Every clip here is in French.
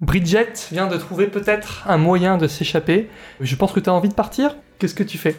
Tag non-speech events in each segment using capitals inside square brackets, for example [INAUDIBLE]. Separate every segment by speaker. Speaker 1: Bridget vient de trouver peut-être un moyen de s'échapper. Je pense que tu as envie de partir. Qu'est-ce que tu fais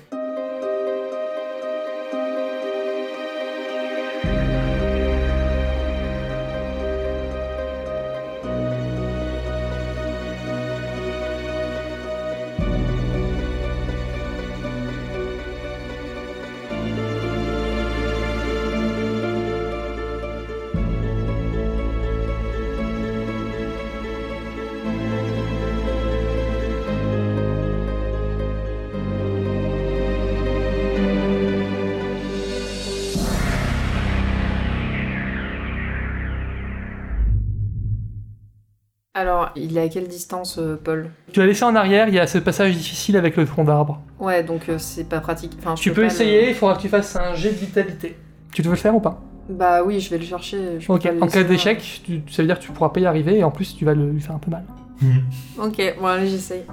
Speaker 2: Alors, il est à quelle distance, euh, Paul
Speaker 1: Tu l'as laissé en arrière, il y a ce passage difficile avec le tronc d'arbre.
Speaker 2: Ouais, donc euh, c'est pas pratique. Enfin, je
Speaker 1: Tu peux
Speaker 2: pas le-
Speaker 1: essayer, il faudra que tu fasses un jet de vitalité. Tu veux le faire ou pas
Speaker 2: Bah oui, je vais le chercher. je peux
Speaker 1: Ok,
Speaker 2: pas le
Speaker 1: en cas
Speaker 2: laisser,
Speaker 1: d'échec, tu- ça veut dire que tu pourras pas y arriver et en plus tu vas le, lui faire un peu mal.
Speaker 2: hein. Ok, bon, allez, j'essaye.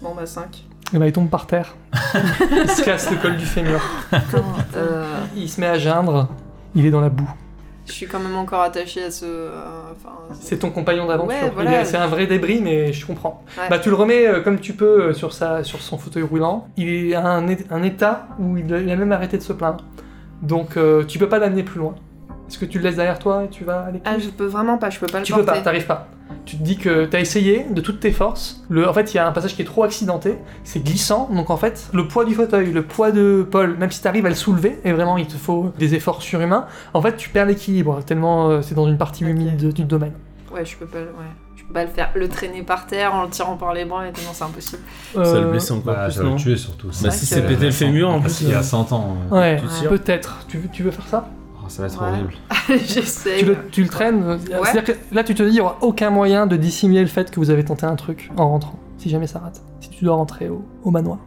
Speaker 2: Bon,
Speaker 1: [LAUGHS]
Speaker 2: bah 5.
Speaker 1: Et bah il tombe par
Speaker 2: [LAUGHS]
Speaker 1: terre. il se casse le col du fémur.
Speaker 2: euh,
Speaker 1: Il se met à geindre. Il est dans la boue.
Speaker 2: je suis quand même encore attachée à ce. euh, Enfin,
Speaker 1: C'est ton compagnon d'aventure.
Speaker 2: Ouais,
Speaker 1: Il
Speaker 2: voilà.
Speaker 1: est- C'est un vrai débris, mais je comprends.
Speaker 2: Ouais.
Speaker 1: Bah, tu le remets euh, comme tu peux euh, sur, sa, sur son fauteuil roulant. Il est à un, é- un état où il a, il a même arrêté de se plaindre. Donc euh, tu peux pas l'amener plus loin. Est-ce que tu le laisses derrière toi et tu vas aller
Speaker 2: Ah, je peux vraiment pas, je peux pas le
Speaker 1: Tu peux
Speaker 2: porter.
Speaker 1: pas, t'arrives pas. Tu te dis que t'as essayé de toutes tes forces. Le, en fait, il y a un passage qui est trop accidenté, c'est glissant. Donc en fait, le poids du fauteuil, le poids de Paul, même si t'arrives à le soulever, et vraiment il te faut des efforts surhumains, en fait tu perds l'équilibre tellement euh, c'est dans une partie
Speaker 2: Ok.
Speaker 1: humide du domaine.
Speaker 2: Ouais, je peux pas, le- ouais. je peux pas le faire. Le traîner par terre en le tirant par les bras, et tout, non, c'est impossible. [LAUGHS]
Speaker 3: Ça le
Speaker 1: Euh,
Speaker 3: blesse encore
Speaker 4: Bah,
Speaker 3: plus,
Speaker 4: ça va
Speaker 3: non
Speaker 4: le tuer surtout.
Speaker 3: Bah,
Speaker 2: vrai
Speaker 3: si
Speaker 2: que-
Speaker 3: c'est pété le fémur en
Speaker 4: Parce
Speaker 3: plus.
Speaker 4: qu'il y
Speaker 3: euh,
Speaker 4: a 100 ans. euh,
Speaker 1: Ouais,
Speaker 3: Tu
Speaker 2: Ouais.
Speaker 3: tires.
Speaker 1: peut-être. Tu, veux- tu veux faire ça
Speaker 4: oh, ça va être
Speaker 2: Ouais.
Speaker 4: horrible.
Speaker 2: j'essaye.
Speaker 1: tu le, tu le traînes euh,
Speaker 2: Ouais.
Speaker 1: C'est-à-dire que là tu te dis il y aura aucun moyen de dissimuler le fait que vous avez tenté un truc en rentrant, si jamais ça rate. Si tu dois rentrer au, au manoir.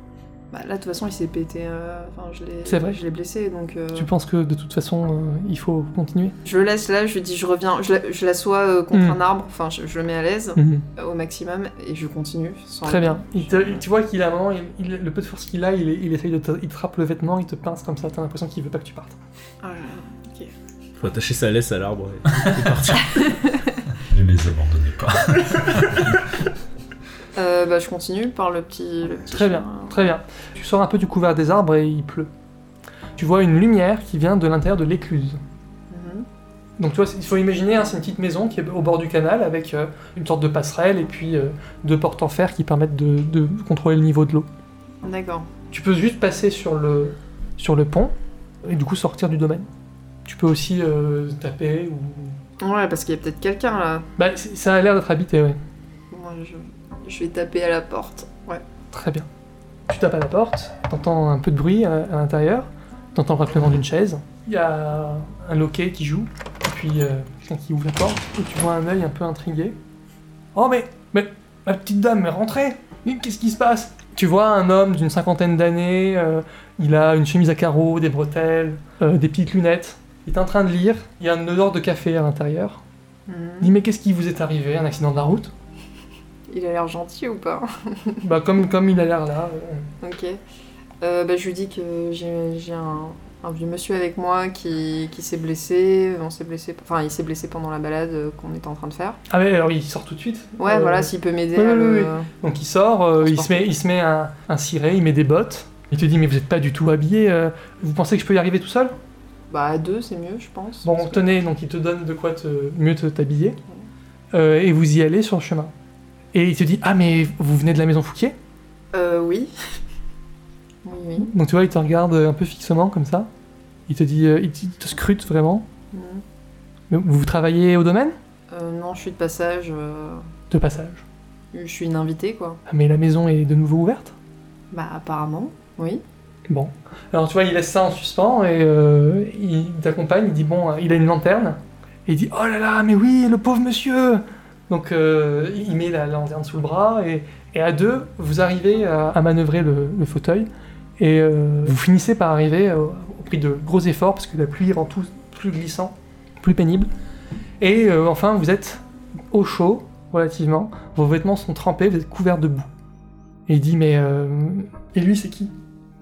Speaker 2: Bah, là, de toute façon, il s'est pété. euh, Enfin, je l'ai.
Speaker 1: C'est vrai.
Speaker 2: Je l'ai blessé, donc. euh,
Speaker 1: Tu penses que de toute façon euh, il faut continuer
Speaker 2: Je le laisse là, je lui dis, je reviens. Je, la- je l'assois euh, contre
Speaker 1: Mm.
Speaker 2: un arbre, enfin, je, je le mets à l'aise
Speaker 1: Mhm.
Speaker 2: euh, au maximum, et je continue. sans-
Speaker 1: Très bien. Il te- tu vois qu'il a un moment, il- il- le peu de force qu'il a, il, il essaye de te, il te frappe le vêtement, il te pince comme ça, t'as l'impression qu'il veut pas que tu partes.
Speaker 2: Ah, là, là.
Speaker 3: Faut attacher sa laisse à l'arbre.
Speaker 4: [LAUGHS]
Speaker 3: et c'est parti.
Speaker 4: Ne les abandonnez pas.
Speaker 2: Euh, bah, je continue par le petit. le petit
Speaker 1: Très bien,
Speaker 2: chemin.
Speaker 1: très bien. Tu sors un peu du couvert des arbres et il pleut. Tu vois une lumière qui vient de l'intérieur de l'écluse.
Speaker 2: Mhm.
Speaker 1: Donc tu vois, c'est- il faut imaginer, hein, c'est une petite maison qui est au bord du canal avec euh, une sorte de passerelle et puis euh, deux portes en fer qui permettent de, de contrôler le niveau de l'eau.
Speaker 2: Mhm. D'accord.
Speaker 1: Tu peux juste passer sur le, sur le pont et du coup sortir du domaine. Tu peux aussi euh, taper ou
Speaker 2: Ouais, parce qu'il y a peut-être quelqu'un là.
Speaker 1: Bah, c- ça a l'air d'être habité, ouais.
Speaker 2: Moi, je... je vais taper à la porte. Ouais.
Speaker 1: Très bien. Tu tapes à la porte, t'entends un peu de bruit à, à l'intérieur, t'entends le raclement d'une chaise. Il y a un loquet qui joue, et puis euh, quelqu'un qui ouvre la porte, et tu vois un œil un peu intrigué. Oh, mais, mais, ma petite dame, mais rentrez Mais Qu'est-ce qui se passe Tu vois un homme d'une cinquantaine d'années, euh, il a une chemise à carreaux, des bretelles, euh, des petites lunettes. Il est en train de lire, il y a une odeur de café à l'intérieur.
Speaker 2: Mhm.
Speaker 1: Il dit, mais qu'est-ce qui vous est arrivé Un accident de la route
Speaker 2: Il a l'air gentil ou pas
Speaker 1: Bah, comme, comme il a l'air là. euh,
Speaker 2: Ok. Euh, bah, je lui dis que j'ai j'ai un, un vieux monsieur avec moi qui, qui s'est blessé. euh, On s'est blessé. Enfin, il s'est blessé pendant la balade euh, qu'on était en train de faire.
Speaker 1: Ah ouais, alors il sort tout de suite.
Speaker 2: Ouais,
Speaker 1: Euh,
Speaker 2: voilà, s'il peut m'aider.
Speaker 1: oui,
Speaker 2: à
Speaker 1: oui,
Speaker 2: le-
Speaker 1: Donc il sort, euh, il, se
Speaker 2: Transporter.
Speaker 1: met, il se met un, un ciré, il met des bottes. Il te dit mais vous n'êtes pas du tout habillé. euh, vous pensez que je peux y arriver tout seul
Speaker 2: Bah, à deux, c'est mieux, je pense.
Speaker 1: Bon
Speaker 2: Parce que-
Speaker 1: tenez, donc il te donne de quoi te, mieux te t'habiller Euh, et vous y allez sur le chemin. Et il te dit ah mais vous venez de la maison Fouquier
Speaker 2: Euh, oui. [LAUGHS] oui, oui.
Speaker 1: Donc tu vois il te regarde euh, un peu fixement comme ça. Il te dit euh, il te- il te scrute vraiment.
Speaker 2: Mhm.
Speaker 1: Mais Vous travaillez au domaine
Speaker 2: Euh, non, je suis de passage. euh,
Speaker 1: De passage.
Speaker 2: Je suis une invitée, quoi.
Speaker 1: Ah, mais la maison est de nouveau ouverte
Speaker 2: Bah, apparemment, oui.
Speaker 1: Bon. Alors tu vois, il laisse ça en suspens et euh, il t'accompagne, il dit bon, euh, il a une lanterne. Et il dit oh là là, mais oui, le pauvre monsieur Donc euh, il met la lanterne sous le bras et, et à deux, vous arrivez à, à manœuvrer le, le fauteuil et euh, vous finissez par arriver euh, au prix de gros efforts parce que la pluie rend tout plus glissant, plus pénible. Et euh, enfin, vous êtes au chaud, relativement. Vos vêtements sont trempés, vous êtes couverts de boue. Et il dit mais... euh, et lui, c'est qui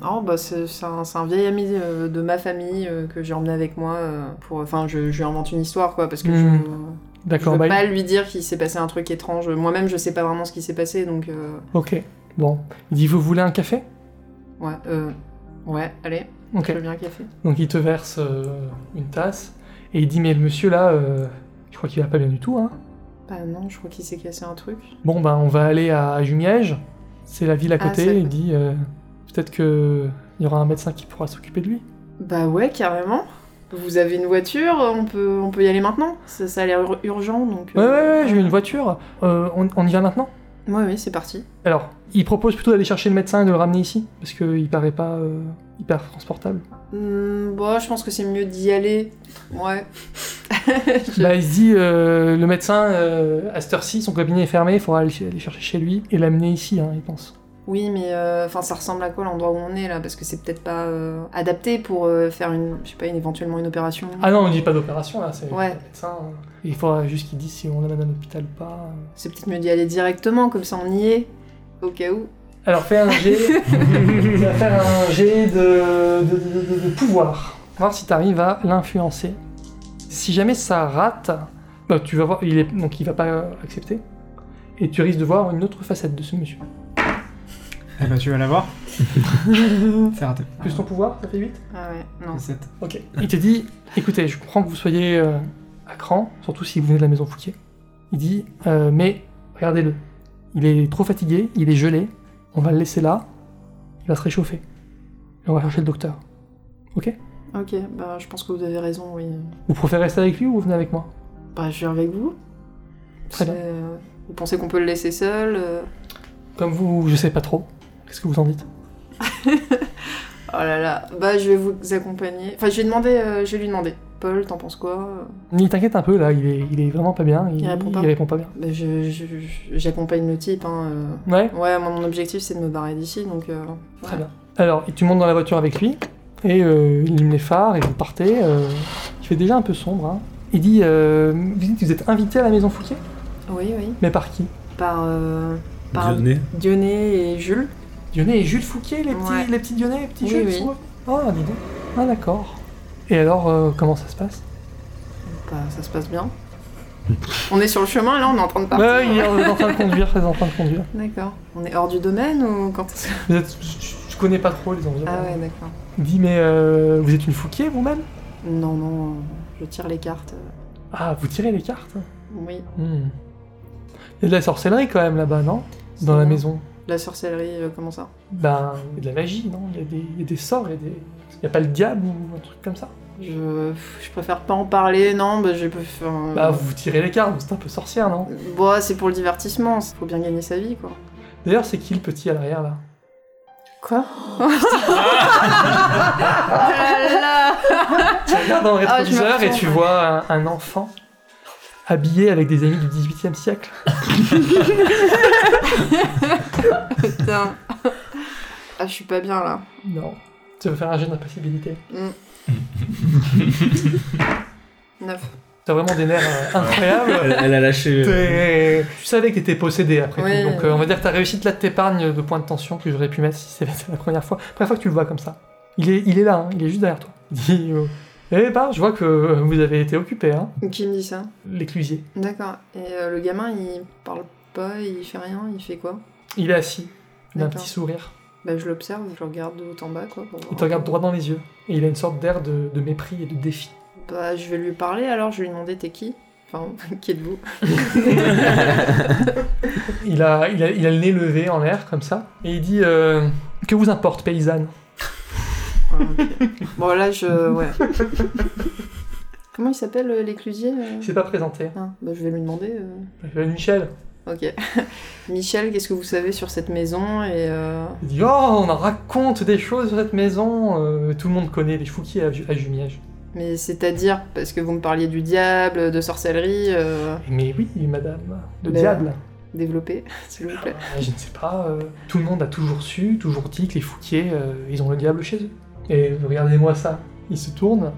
Speaker 2: Non, bah c'est c'est un, c'est un vieil ami euh, de ma famille euh, que j'ai emmené avec moi euh, pour. Enfin, je, je lui invente une histoire quoi parce que
Speaker 1: Mhm.
Speaker 2: je,
Speaker 1: D'accord,
Speaker 2: je
Speaker 1: bah,
Speaker 2: peux pas lui dire qu'il s'est passé un truc étrange. Moi-même, je sais pas vraiment ce qui s'est passé, donc. euh,
Speaker 1: ok. Bon. Il dit, vous voulez un café
Speaker 2: Ouais, euh, ouais, allez,
Speaker 1: Ok.
Speaker 2: je veux bien un café.
Speaker 1: Donc il te verse euh, une tasse et il dit mais le monsieur là, euh, je crois qu'il va pas bien du tout. Hein.
Speaker 2: Bah non, je crois qu'il s'est cassé un truc.
Speaker 1: Bon ben on va aller à Jumièges, c'est la ville à
Speaker 2: Ah,
Speaker 1: côté.
Speaker 2: c'est-
Speaker 1: il dit euh, peut-être que il y aura un médecin qui pourra s'occuper de lui.
Speaker 2: Bah ouais, carrément. Vous avez une voiture, on peut, on peut y aller maintenant. Ça, ça a l'air ur- urgent, donc. euh,
Speaker 1: Ouais ouais ouais, j'ai
Speaker 2: eu
Speaker 1: une voiture. Euh, on, on y va maintenant.
Speaker 2: Ouais, ouais, c'est parti.
Speaker 1: Alors il propose plutôt d'aller chercher le médecin et de le ramener ici parce qu'il paraît pas euh, hyper
Speaker 2: [LAUGHS]
Speaker 1: transportable.
Speaker 2: Hmm, bon, je pense que c'est mieux d'y aller. Ouais. Je-
Speaker 1: Bah il se dit euh, le médecin euh, à cette heure-ci son cabinet est fermé, il faudra aller, aller chercher chez lui et l'amener ici, hein, il pense.
Speaker 2: Oui, mais euh, enfin, ça ressemble à quoi l'endroit où on est là Parce que c'est peut-être pas euh, adapté pour euh, faire une, je sais pas, une, éventuellement une opération.
Speaker 1: Ah non, on dit pas d'opération là, c'est
Speaker 2: Ouais.
Speaker 1: le médecin. hein. Il faudra juste qu'il dise si on l'amène à l'hôpital ou pas.
Speaker 2: C'est peut-être mieux d'y aller directement, comme ça on y est, au cas où.
Speaker 1: Alors fais un jet. tu vas faire un jet de, de, de- de- de pouvoir. Voir si t'arrives à l'influencer. Si jamais ça rate, bah, tu vas voir, il est, donc il va pas euh, accepter. Et tu risques de voir une autre facette de ce monsieur.
Speaker 5: Eh ben, tu vas la voir. c'est raté.
Speaker 1: Plus ton pouvoir, ça fait 8
Speaker 2: Ah ouais, non.
Speaker 5: C'est sept.
Speaker 1: Ok. Il te dit, écoutez, je comprends que vous soyez euh, à cran, surtout si vous venez de la maison Fouquier. Il dit, euh, mais regardez-le. Il est trop fatigué, il est gelé. On va le laisser là. Il va se réchauffer. Et on va chercher le docteur. Ok
Speaker 2: Ok, bah je pense que vous avez raison, oui.
Speaker 1: Vous préférez rester avec lui ou vous venez avec moi
Speaker 2: Bah je viens avec vous.
Speaker 1: Très bien.
Speaker 2: C'est- euh, Vous pensez qu'on peut le laisser seul euh,
Speaker 1: Comme vous, je sais pas trop. Qu'est-ce que vous en dites
Speaker 2: Oh là là, bah je vais vous accompagner. Enfin, je vais demander, euh, je vais lui demander. Paul, t'en penses quoi
Speaker 1: Il t'inquiète un peu là, il est, il est vraiment pas bien.
Speaker 2: Il répond pas.
Speaker 1: bien.
Speaker 2: Bah je- je- je- j'accompagne le type. Hein,
Speaker 1: Ouais,
Speaker 2: euh. Ouais, moi mon objectif c'est de me barrer d'ici, donc. euh,
Speaker 1: très
Speaker 2: ouais.
Speaker 1: bien. Alors, tu montes dans la voiture avec lui, et euh, il allume les phares, et vous partez. euh, il fait déjà un peu sombre. hein. Il dit euh, Vous dites que vous êtes invité à la maison Fouquet
Speaker 2: Oui, oui.
Speaker 1: Mais par qui
Speaker 2: Par, euh, par
Speaker 3: Dionné.
Speaker 2: Dionné et Jules.
Speaker 1: Dionnet et Jules Fouquet, les petits,
Speaker 2: Ouais.
Speaker 1: les petits Dionnet, les petits
Speaker 2: Oui,
Speaker 1: Jules
Speaker 2: oui.
Speaker 1: ils sont là. Ah, dis donc. Ah, d'accord. Et alors, euh, comment ça se passe
Speaker 2: Bah ça se
Speaker 1: [LAUGHS]
Speaker 2: passe bien. on est sur le chemin là, on est en train de partir.
Speaker 1: Ouais, il est en train de conduire, il est en train de conduire.
Speaker 2: D'accord. On est hors du domaine ou quand
Speaker 1: Vous êtes- je- je connais pas trop les environs.
Speaker 2: Ah ouais, d'accord.
Speaker 1: Il dit Mais euh, vous êtes une Fouquet vous-même
Speaker 2: Non, non, euh, je tire les cartes. euh,
Speaker 1: Ah, vous tirez les cartes
Speaker 2: Oui.
Speaker 1: Hmm. Il y a de la sorcellerie quand même là-bas, non Dans la
Speaker 2: Sinon,
Speaker 1: maison.
Speaker 2: La sorcellerie, euh, comment ça
Speaker 1: Ben, il y a de la magie, non Il y, a des- il y a des sorts, il y a des... Il y a pas le diable ou un truc comme ça
Speaker 2: je... je préfère pas en parler, non, bah je peux. enfin,
Speaker 1: Bah, vous tirez les cartes, c'est un peu sorcière, non
Speaker 2: euh, Bon, c'est pour le divertissement, c'est- faut bien gagner sa vie, quoi.
Speaker 1: D'ailleurs, c'est qui le petit à l'arrière, là
Speaker 2: Quoi là
Speaker 1: Tu regardes dans le
Speaker 2: Ah, je me
Speaker 1: rétroviseur et
Speaker 2: ressens,
Speaker 1: tu
Speaker 2: ouais.
Speaker 1: vois un, un enfant habillé avec des amis du 18e siècle.
Speaker 2: Putain. Ah, je suis pas bien là. Mm.
Speaker 1: Non. Tu veux faire un jeu d'impassibilité
Speaker 2: 9.
Speaker 1: T'as vraiment des nerfs euh,
Speaker 4: [LAUGHS]
Speaker 1: incroyables
Speaker 3: Elle, elle a lâché. euh,
Speaker 1: T'es- Tu savais que t'étais possédé après
Speaker 2: Oui.
Speaker 1: tout, donc euh, on va dire que ta réussite là t'épargne de points de tension que j'aurais pu mettre si c'était [LAUGHS] la première fois. La première fois que tu le vois comme ça. Il est, il est là, hein, il est juste derrière toi. [LAUGHS] Il dit euh, Eh ben, je vois que euh, vous avez été occupé, hein,
Speaker 2: Qui me dit ça
Speaker 1: l'éclusier.
Speaker 2: D'accord. Et euh, le gamin, il parle pas, il fait rien, il fait quoi
Speaker 1: Il est assis, il a un
Speaker 2: D'accord.
Speaker 1: petit sourire.
Speaker 2: Bah, je l'observe, je le regarde de haut en bas, quoi. pour voir.
Speaker 1: Il te regarde droit dans les yeux et il a une sorte d'air de, de mépris et de défi.
Speaker 2: Bah, je vais lui parler alors, je vais lui demander t'es qui Enfin, [LAUGHS] qui êtes-vous
Speaker 1: Il a, il a, il a le nez levé en l'air comme ça et il dit euh, Que vous importe, paysanne
Speaker 2: Ouais, Ah, ok. Bon, là, je. Ouais. [LAUGHS] Comment il s'appelle euh, l'éclusier euh
Speaker 1: Il s'est pas présenté.
Speaker 2: Ah, bah, Je vais lui demander. euh.
Speaker 1: Il fait, Michel.
Speaker 2: Ok. [LAUGHS] Michel, qu'est-ce que vous savez sur cette maison et. euh,
Speaker 1: Il dit Oh, on en raconte des choses sur cette maison. euh, tout le monde connaît les Fouquiers à, Ju- à Jumièges.
Speaker 2: Mais c'est-à-dire, parce que vous me parliez du diable, de sorcellerie, euh,
Speaker 1: Mais oui, madame, le
Speaker 2: Mais- [LAUGHS]
Speaker 1: diable.
Speaker 2: développez, s'il vous plaît.
Speaker 1: Euh, Je ne sais pas, euh, tout le monde a toujours su, toujours dit que les Fouquiers, euh, ils ont le diable chez eux. Et regardez-moi ça, il se
Speaker 2: [LAUGHS]
Speaker 1: tourne.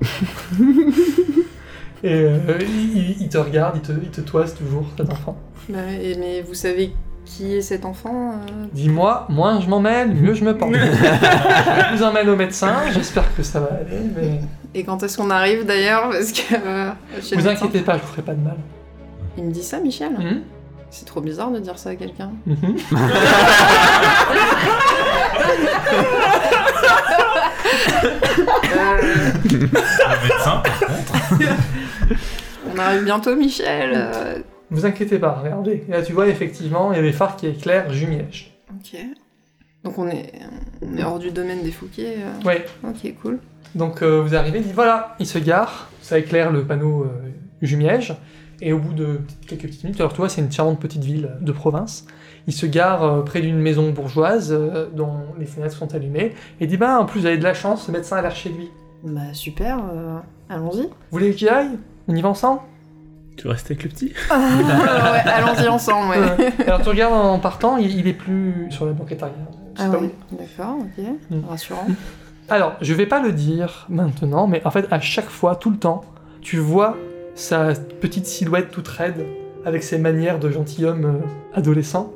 Speaker 1: et euh, il, il- il te regarde, il te, il te toise toujours, cet enfant.
Speaker 2: Bah, et- mais vous savez qui est cet enfant euh
Speaker 1: Dis-moi, moins je m'emmène, mieux je me
Speaker 2: [LAUGHS]
Speaker 1: porte. je vous emmène au médecin, j'espère que ça va aller, mais
Speaker 2: Et quand est-ce qu'on arrive d'ailleurs Parce que. euh, chez le
Speaker 1: vous
Speaker 2: médecin.
Speaker 1: inquiétez pas, je vous ferai pas de mal.
Speaker 2: Il me dit ça, Michel
Speaker 1: Mhm.
Speaker 2: C'est trop bizarre de dire ça à quelqu'un.
Speaker 1: Mhm.
Speaker 2: Euh,
Speaker 4: Le Ah, médecin, par contre.
Speaker 2: on arrive bientôt, Michel. euh,
Speaker 1: Vous inquiétez pas, regardez. Et là, tu vois, effectivement, il y a les phares qui éclairent Jumiège.
Speaker 2: Ok. Donc on est, on est hors du domaine des Fouquiers. euh,
Speaker 1: Ouais.
Speaker 2: Ok, cool.
Speaker 1: Donc euh, vous arrivez, il dit voilà, il se gare, ça éclaire le panneau euh, Jumiège, et au bout de quelques petites minutes, alors toi c'est une charmante petite ville de province, il se gare euh, près d'une maison bourgeoise euh, dont les fenêtres sont allumées, et dit bah en plus vous avez de la chance, ce médecin a l'air chez lui.
Speaker 2: Bah super, euh, allons-y.
Speaker 1: Vous voulez qu'il aille On y va ensemble
Speaker 3: Tu restes avec le petit
Speaker 2: Ah. ouais, allons-y ensemble, ouais.
Speaker 1: Ouais. Euh, Alors tu regardes en partant, il, il est plus sur la banquette arrière. Je sais
Speaker 2: Ah
Speaker 1: pas
Speaker 2: ouais,
Speaker 1: où.
Speaker 2: d'accord, ok.
Speaker 1: Mm.
Speaker 2: Rassurant.
Speaker 1: Alors je vais pas le dire maintenant, mais en fait à chaque fois, tout le temps, tu vois sa petite silhouette toute raide, avec ses manières de gentilhomme euh, adolescent.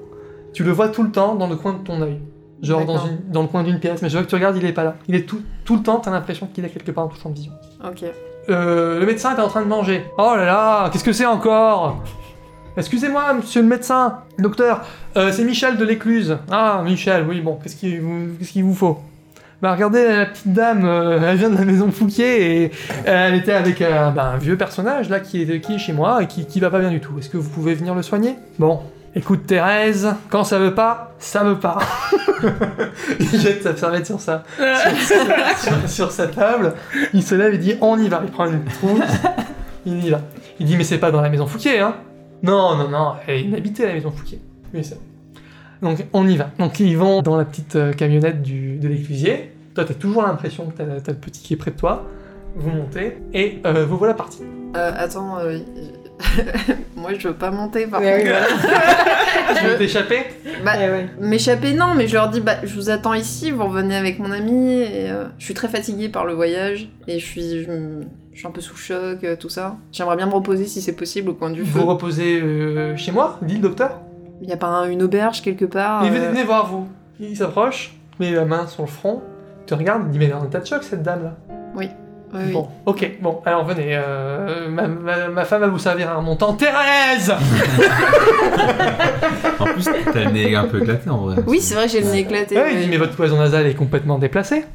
Speaker 1: Tu le vois tout le temps dans le coin de ton œil. Genre dans,
Speaker 2: D'accord.
Speaker 1: une- dans le coin d'une pièce, mais je vois que tu regardes, il est pas là. Il est tout, tout le temps, t'as l'impression qu'il est quelque part en touchant de vision.
Speaker 2: Ok.
Speaker 1: Euh, le médecin est en train de manger. Oh là là, qu'est-ce que c'est encore Excusez-moi, monsieur le médecin, docteur, euh, c'est Michel de l'écluse. Ah, Michel, oui, bon, qu'est-ce qu'il vous, qu'est-ce qu'il vous faut Bah, regardez, la petite dame, euh, elle vient de la maison Fouquier et elle était avec un, bah, un vieux personnage, là, qui est, qui est chez moi et qui, qui va pas bien du tout. Est-ce que vous pouvez venir le soigner Bon, écoute, Thérèse, quand ça veut pas, ça veut pas. [LAUGHS] Il jette sa serviette sur ça sur, sur sa table, il se lève et dit on y va. Il prend une trousse, il y va. Il dit mais c'est pas dans la maison Fouquier, hein Non, non, non, elle est inhabitée la maison Fouquier. Oui, ça. Donc on y va. Donc ils vont dans la petite euh, camionnette du- de l'éclusier. Toi, t'as toujours l'impression que t'as t'as le petit qui est près de toi. Vous montez et euh, vous voilà parti.
Speaker 2: Euh, attends, euh, [LAUGHS] moi je veux pas monter par
Speaker 6: Ouais,
Speaker 2: contre. [LAUGHS]
Speaker 1: Tu veux t'échapper
Speaker 2: Bah,
Speaker 6: Eh
Speaker 1: [LAUGHS]
Speaker 6: ouais.
Speaker 2: M'échapper, non, mais je leur dis, bah, je vous attends ici, vous revenez avec mon ami. Et, euh, je suis très fatiguée par le voyage et je suis, je, me- je suis un peu sous choc, euh, tout ça. J'aimerais bien me reposer si c'est possible au coin du feu.
Speaker 1: Vous reposez euh, chez moi, dit le docteur.
Speaker 2: Il y a pas un- une auberge quelque part
Speaker 1: il venez,
Speaker 2: euh,
Speaker 1: venez voir vous. Il s'approche, met la main sur le front, te regarde, il dit mais elle est en état de choc cette dame là.
Speaker 2: ouais, Ah oui.
Speaker 1: Bon, ok, bon, alors venez, euh, ma, ma- ma femme va vous servir un montant. Thérèse
Speaker 4: En plus, t'as le nez un peu éclaté en vrai.
Speaker 2: Oui, c'est vrai, j'ai le nez éclaté.
Speaker 1: Ouais,
Speaker 2: ouais.
Speaker 1: Eh, Il dit, mais votre cloison nasale est complètement déplacée.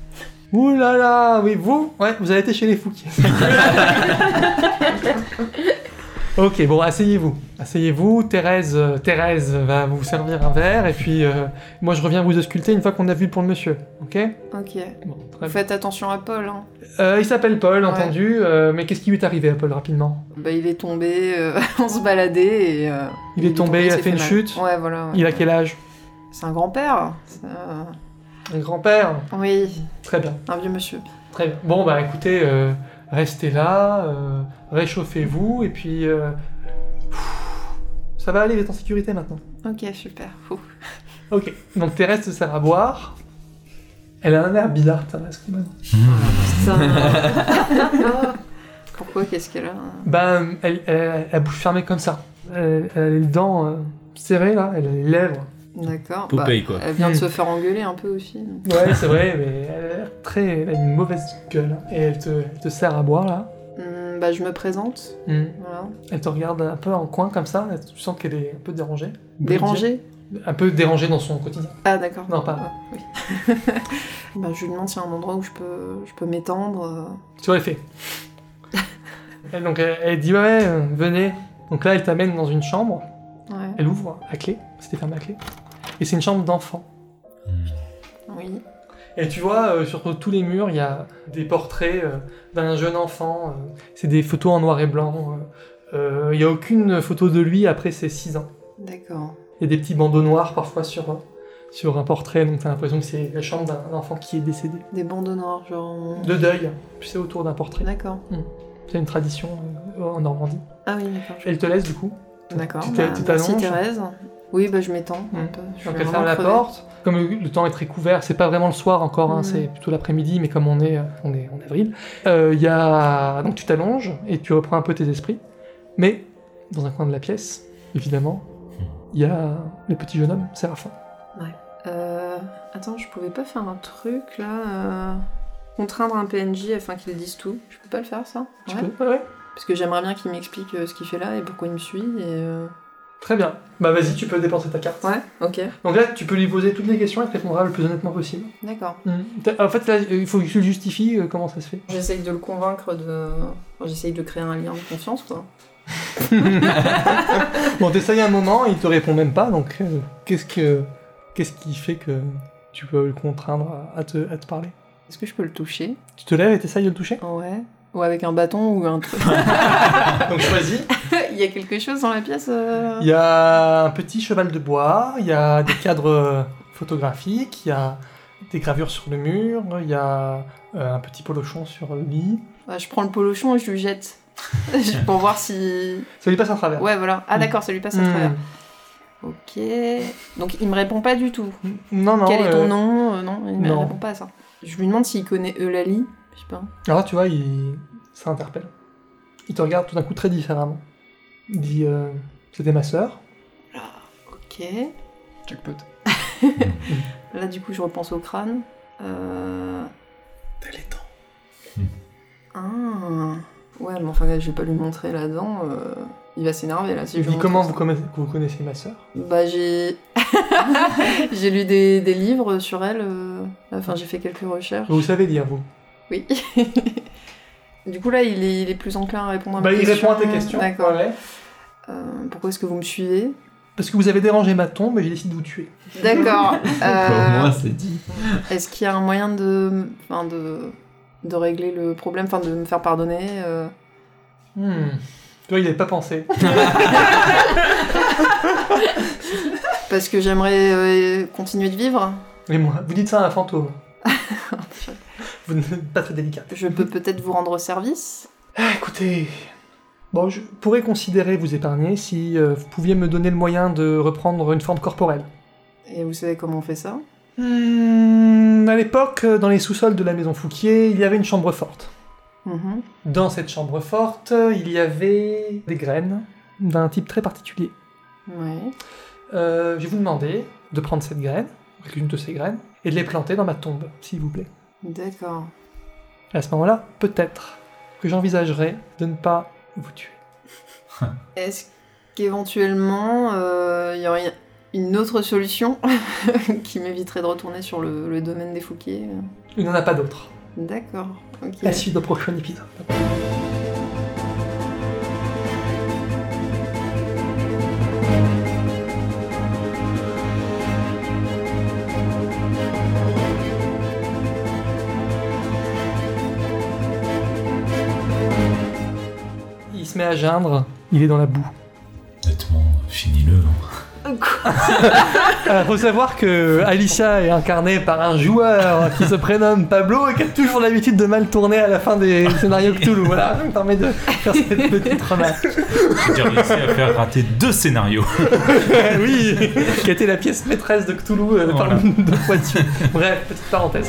Speaker 1: Ouh là là, oui, vous Ouais, vous avez été chez les Fouquiers. [LAUGHS] ok, bon, asseyez-vous. Asseyez-vous, Thérèse, euh, Thérèse va vous servir un verre, et puis euh, moi je reviens vous ausculter une fois qu'on a vu pour le monsieur, ok
Speaker 2: Ok.
Speaker 1: Bon, très
Speaker 2: Vous
Speaker 1: bien.
Speaker 2: Faites attention à Paul. hein.
Speaker 1: Euh, il s'appelle Paul,
Speaker 2: Ouais.
Speaker 1: entendu, euh, mais qu'est-ce qui lui est arrivé à Paul rapidement
Speaker 2: Bah, il est tombé, euh, [LAUGHS] on se baladait et. euh,
Speaker 1: Il est tombé, il a
Speaker 2: s'est
Speaker 1: fait une
Speaker 2: mal.
Speaker 1: chute.
Speaker 2: Ouais, voilà. ouais.
Speaker 1: Il a quel âge
Speaker 2: C'est un grand-père. c'est, euh,
Speaker 1: Un grand-père
Speaker 2: Oui,
Speaker 1: Très bien.
Speaker 2: un vieux monsieur.
Speaker 1: Très bien. Bon, bah écoutez, euh, restez là, euh, réchauffez-vous, et puis. euh, pff, ça va aller, vous êtes en sécurité maintenant.
Speaker 2: Ok, super. Ouh.
Speaker 1: Ok, donc Thérèse se sert à boire. Elle a un air bizarre, Thérèse, quand même.
Speaker 2: euh, [LAUGHS] Pourquoi Qu'est-ce qu'elle a hein.
Speaker 1: Ben, elle, elle, elle a la bouche fermée comme ça. Elle, elle a les dents euh, serrées, là, elle a les lèvres.
Speaker 2: D'accord. bah,
Speaker 3: Popeye, quoi.
Speaker 2: elle vient de
Speaker 1: Hmm.
Speaker 2: se faire engueuler un peu aussi. donc.
Speaker 1: Ouais, c'est [LAUGHS] vrai, mais elle a l'air très. Elle a une mauvaise gueule. hein. Et elle te, elle te sert à boire, là.
Speaker 2: Hmm, bah, je me présente.
Speaker 1: Hmm.
Speaker 2: Voilà.
Speaker 1: Elle te regarde un peu en coin, comme ça. Tu sens qu'elle est un peu dérangée.
Speaker 2: Dérangée
Speaker 1: Un peu dérangée dans son quotidien.
Speaker 2: Ah, d'accord.
Speaker 1: Non, pas.
Speaker 2: Ah, oui. [LAUGHS] bah, je lui demande s'il y a un endroit où je peux, je peux m'étendre. euh.
Speaker 1: Tu vois, elle fait. Elle, donc, elle, elle dit ouais, euh, venez. Donc là, elle t'amène dans une chambre.
Speaker 2: Ouais.
Speaker 1: Elle ouvre à clé. C'était fermé à clé. Et c'est une chambre d'enfant.
Speaker 2: Oui.
Speaker 1: Et tu vois, euh, sur tous les murs, il y a des portraits euh, d'un jeune enfant. euh, c'est des photos en noir et blanc. euh, euh, Il n'y a aucune photo de lui après ses 6 ans.
Speaker 2: D'accord.
Speaker 1: Il y a des petits bandeaux noirs parfois sur, euh, sur un portrait. Donc t'as l'impression que c'est la chambre d'un enfant qui est décédé.
Speaker 2: Des bandeaux noirs, genre.
Speaker 1: De deuil. Tu sais, autour d'un portrait.
Speaker 2: D'accord.
Speaker 1: C'est une tradition euh, en Normandie.
Speaker 2: Ah oui, d'accord. je-
Speaker 1: Elle te laisse du coup.
Speaker 2: D'accord.
Speaker 1: tu t'es-
Speaker 2: Bah,
Speaker 1: tu
Speaker 2: merci
Speaker 1: t'allonges
Speaker 2: Thérèse. Oui, bah, je m'étends un
Speaker 1: Hmm.
Speaker 2: peu. Je
Speaker 1: Donc
Speaker 2: vais
Speaker 1: elle
Speaker 2: vraiment
Speaker 1: ferme la
Speaker 2: crever.
Speaker 1: porte. Comme le temps est très couvert, c'est pas vraiment le soir encore, hein,
Speaker 2: Mhm.
Speaker 1: c'est plutôt l'après-midi, mais comme on est, euh, on est en avril, euh, il y a... donc tu t'allonges et tu reprends un peu tes esprits. Mais dans un coin de la pièce, évidemment, il y a le petit jeune homme, Séraphin.
Speaker 2: Euh, attends, je pouvais pas faire un truc là. euh, Contraindre un PNJ afin qu'il dise tout. Je peux pas le faire ça
Speaker 1: Tu
Speaker 2: Ouais.
Speaker 1: peux Ouais, ouais.
Speaker 2: Parce que j'aimerais bien qu'il m'explique euh, ce qu'il fait là et pourquoi il me suit. Et, euh,
Speaker 1: Très bien. Bah vas-y, tu peux dépenser ta carte.
Speaker 2: Ouais, ok.
Speaker 1: Donc là, tu peux lui poser toutes les questions et te répondra le plus honnêtement possible.
Speaker 2: D'accord.
Speaker 1: T'as- En fait, là, il faut que tu le justifies euh, comment ça se fait.
Speaker 2: J'essaye de le convaincre de. enfin, J'essaye de créer un lien de confiance, quoi.
Speaker 1: Bon, t'essayes un moment, il te répond même pas, donc euh, qu'est-ce que qu'est-ce qui fait que tu peux le contraindre à, à te, à te parler
Speaker 2: Est-ce que je peux le toucher
Speaker 1: Tu te lèves et t'essayes de le toucher
Speaker 2: Ouais. Ou avec un bâton ou un truc.
Speaker 1: Donc choisis.
Speaker 2: [LAUGHS] il y a quelque chose dans la pièce euh,
Speaker 1: Il y a un petit cheval de bois, il y a des cadres euh, photographiques, il y a des gravures sur le mur, il y a euh, un petit polochon sur le lit.
Speaker 2: bah, Je prends le polochon et je lui [LAUGHS] jette. pour voir si.
Speaker 1: Ça lui passe à travers.
Speaker 2: Ouais, voilà. Ah, d'accord, ça lui passe à
Speaker 1: Hmm.
Speaker 2: travers. Ok. Donc il me répond pas du tout.
Speaker 1: Non, non.
Speaker 2: Quel est ton
Speaker 1: euh,
Speaker 2: nom Euh, Non, il me
Speaker 1: non.
Speaker 2: répond pas à ça. Je lui demande s'il connaît Eulalie. Je sais pas.
Speaker 1: Alors tu vois, il... ça interpelle. Il te regarde tout d'un coup très différemment. Il dit euh, C'était ma sœur.
Speaker 2: Ok.
Speaker 5: Jackpot.
Speaker 2: Là, du coup, je repense au crâne. Euh... T'as les dents. Ah. Ouais, mais enfin, là, je vais pas lui montrer la dent. euh, Il va s'énerver là. Si
Speaker 1: Il
Speaker 2: je
Speaker 1: dit
Speaker 2: lui montre
Speaker 1: Comment
Speaker 2: ça.
Speaker 1: vous connaissez, vous connaissez ma sœur
Speaker 2: Bah, j'ai. [LAUGHS] j'ai lu des, des livres sur elle. euh, Enfin, j'ai fait quelques recherches.
Speaker 1: Vous savez lire, vous.
Speaker 2: Oui. [LAUGHS] du coup, là, il est, il est plus enclin à répondre à
Speaker 1: Bah,
Speaker 2: mes
Speaker 1: il
Speaker 2: questions.
Speaker 1: répond à tes questions.
Speaker 2: D'accord.
Speaker 1: ouais.
Speaker 2: Euh, pourquoi est-ce que vous me suivez
Speaker 1: Parce que vous avez dérangé ma tombe et j'ai décidé de vous tuer.
Speaker 2: D'accord.
Speaker 4: Au
Speaker 2: euh,
Speaker 4: moins, c'est dit.
Speaker 2: Est-ce qu'il y a un moyen de, enfin de, de régler le problème, enfin de me faire pardonner euh,
Speaker 1: Hmm. Tu vois, il n'avait pas pensé.
Speaker 2: Parce que j'aimerais euh, continuer de vivre.
Speaker 1: Et moi, vous dites ça à un [LAUGHS] fantôme. vous n'êtes pas très délicat.
Speaker 2: Je peux peut-être vous rendre service.
Speaker 1: Bah, Écoutez, bon, je pourrais considérer vous épargner si euh, vous pouviez me donner le moyen de reprendre une forme corporelle.
Speaker 2: Et vous savez comment on fait ça
Speaker 1: Hmm, à l'époque, euh, dans les sous-sols de la maison Fouquier, il y avait une chambre forte.
Speaker 2: Mhm.
Speaker 1: Dans cette chambre forte, il y avait des graines d'un type très particulier.
Speaker 2: Ouais.
Speaker 1: Euh, je vais vous demander de prendre cette graine, l'une de ces graines, et de les planter dans ma tombe, s'il vous plaît.
Speaker 2: D'accord.
Speaker 1: Et à ce moment-là, peut-être que j'envisagerai de ne pas vous tuer.
Speaker 2: Est-ce qu'éventuellement euh, il y aurait une autre solution [LAUGHS] qui m'éviterait de retourner sur le, le domaine des Fouquiers
Speaker 1: Il n'y en a pas d'autre.
Speaker 2: D'accord. Ok.
Speaker 1: La suite au prochain épisode. Il se met à geindre, il est dans la boue.
Speaker 4: Honnêtement, finis-le.
Speaker 1: Euh, faut savoir que Alicia est incarnée par un joueur qui se prénomme Pablo et qui a toujours l'habitude de mal tourner à la fin des scénarios Cthulhu. Voilà, ça me permet de faire cette petite remarque.
Speaker 4: J'ai réussi à faire rater deux scénarios.
Speaker 1: oui, qui a été la pièce maîtresse de Cthulhu euh, par
Speaker 4: Voilà.
Speaker 1: deux fois dessus. Bref, petite parenthèse.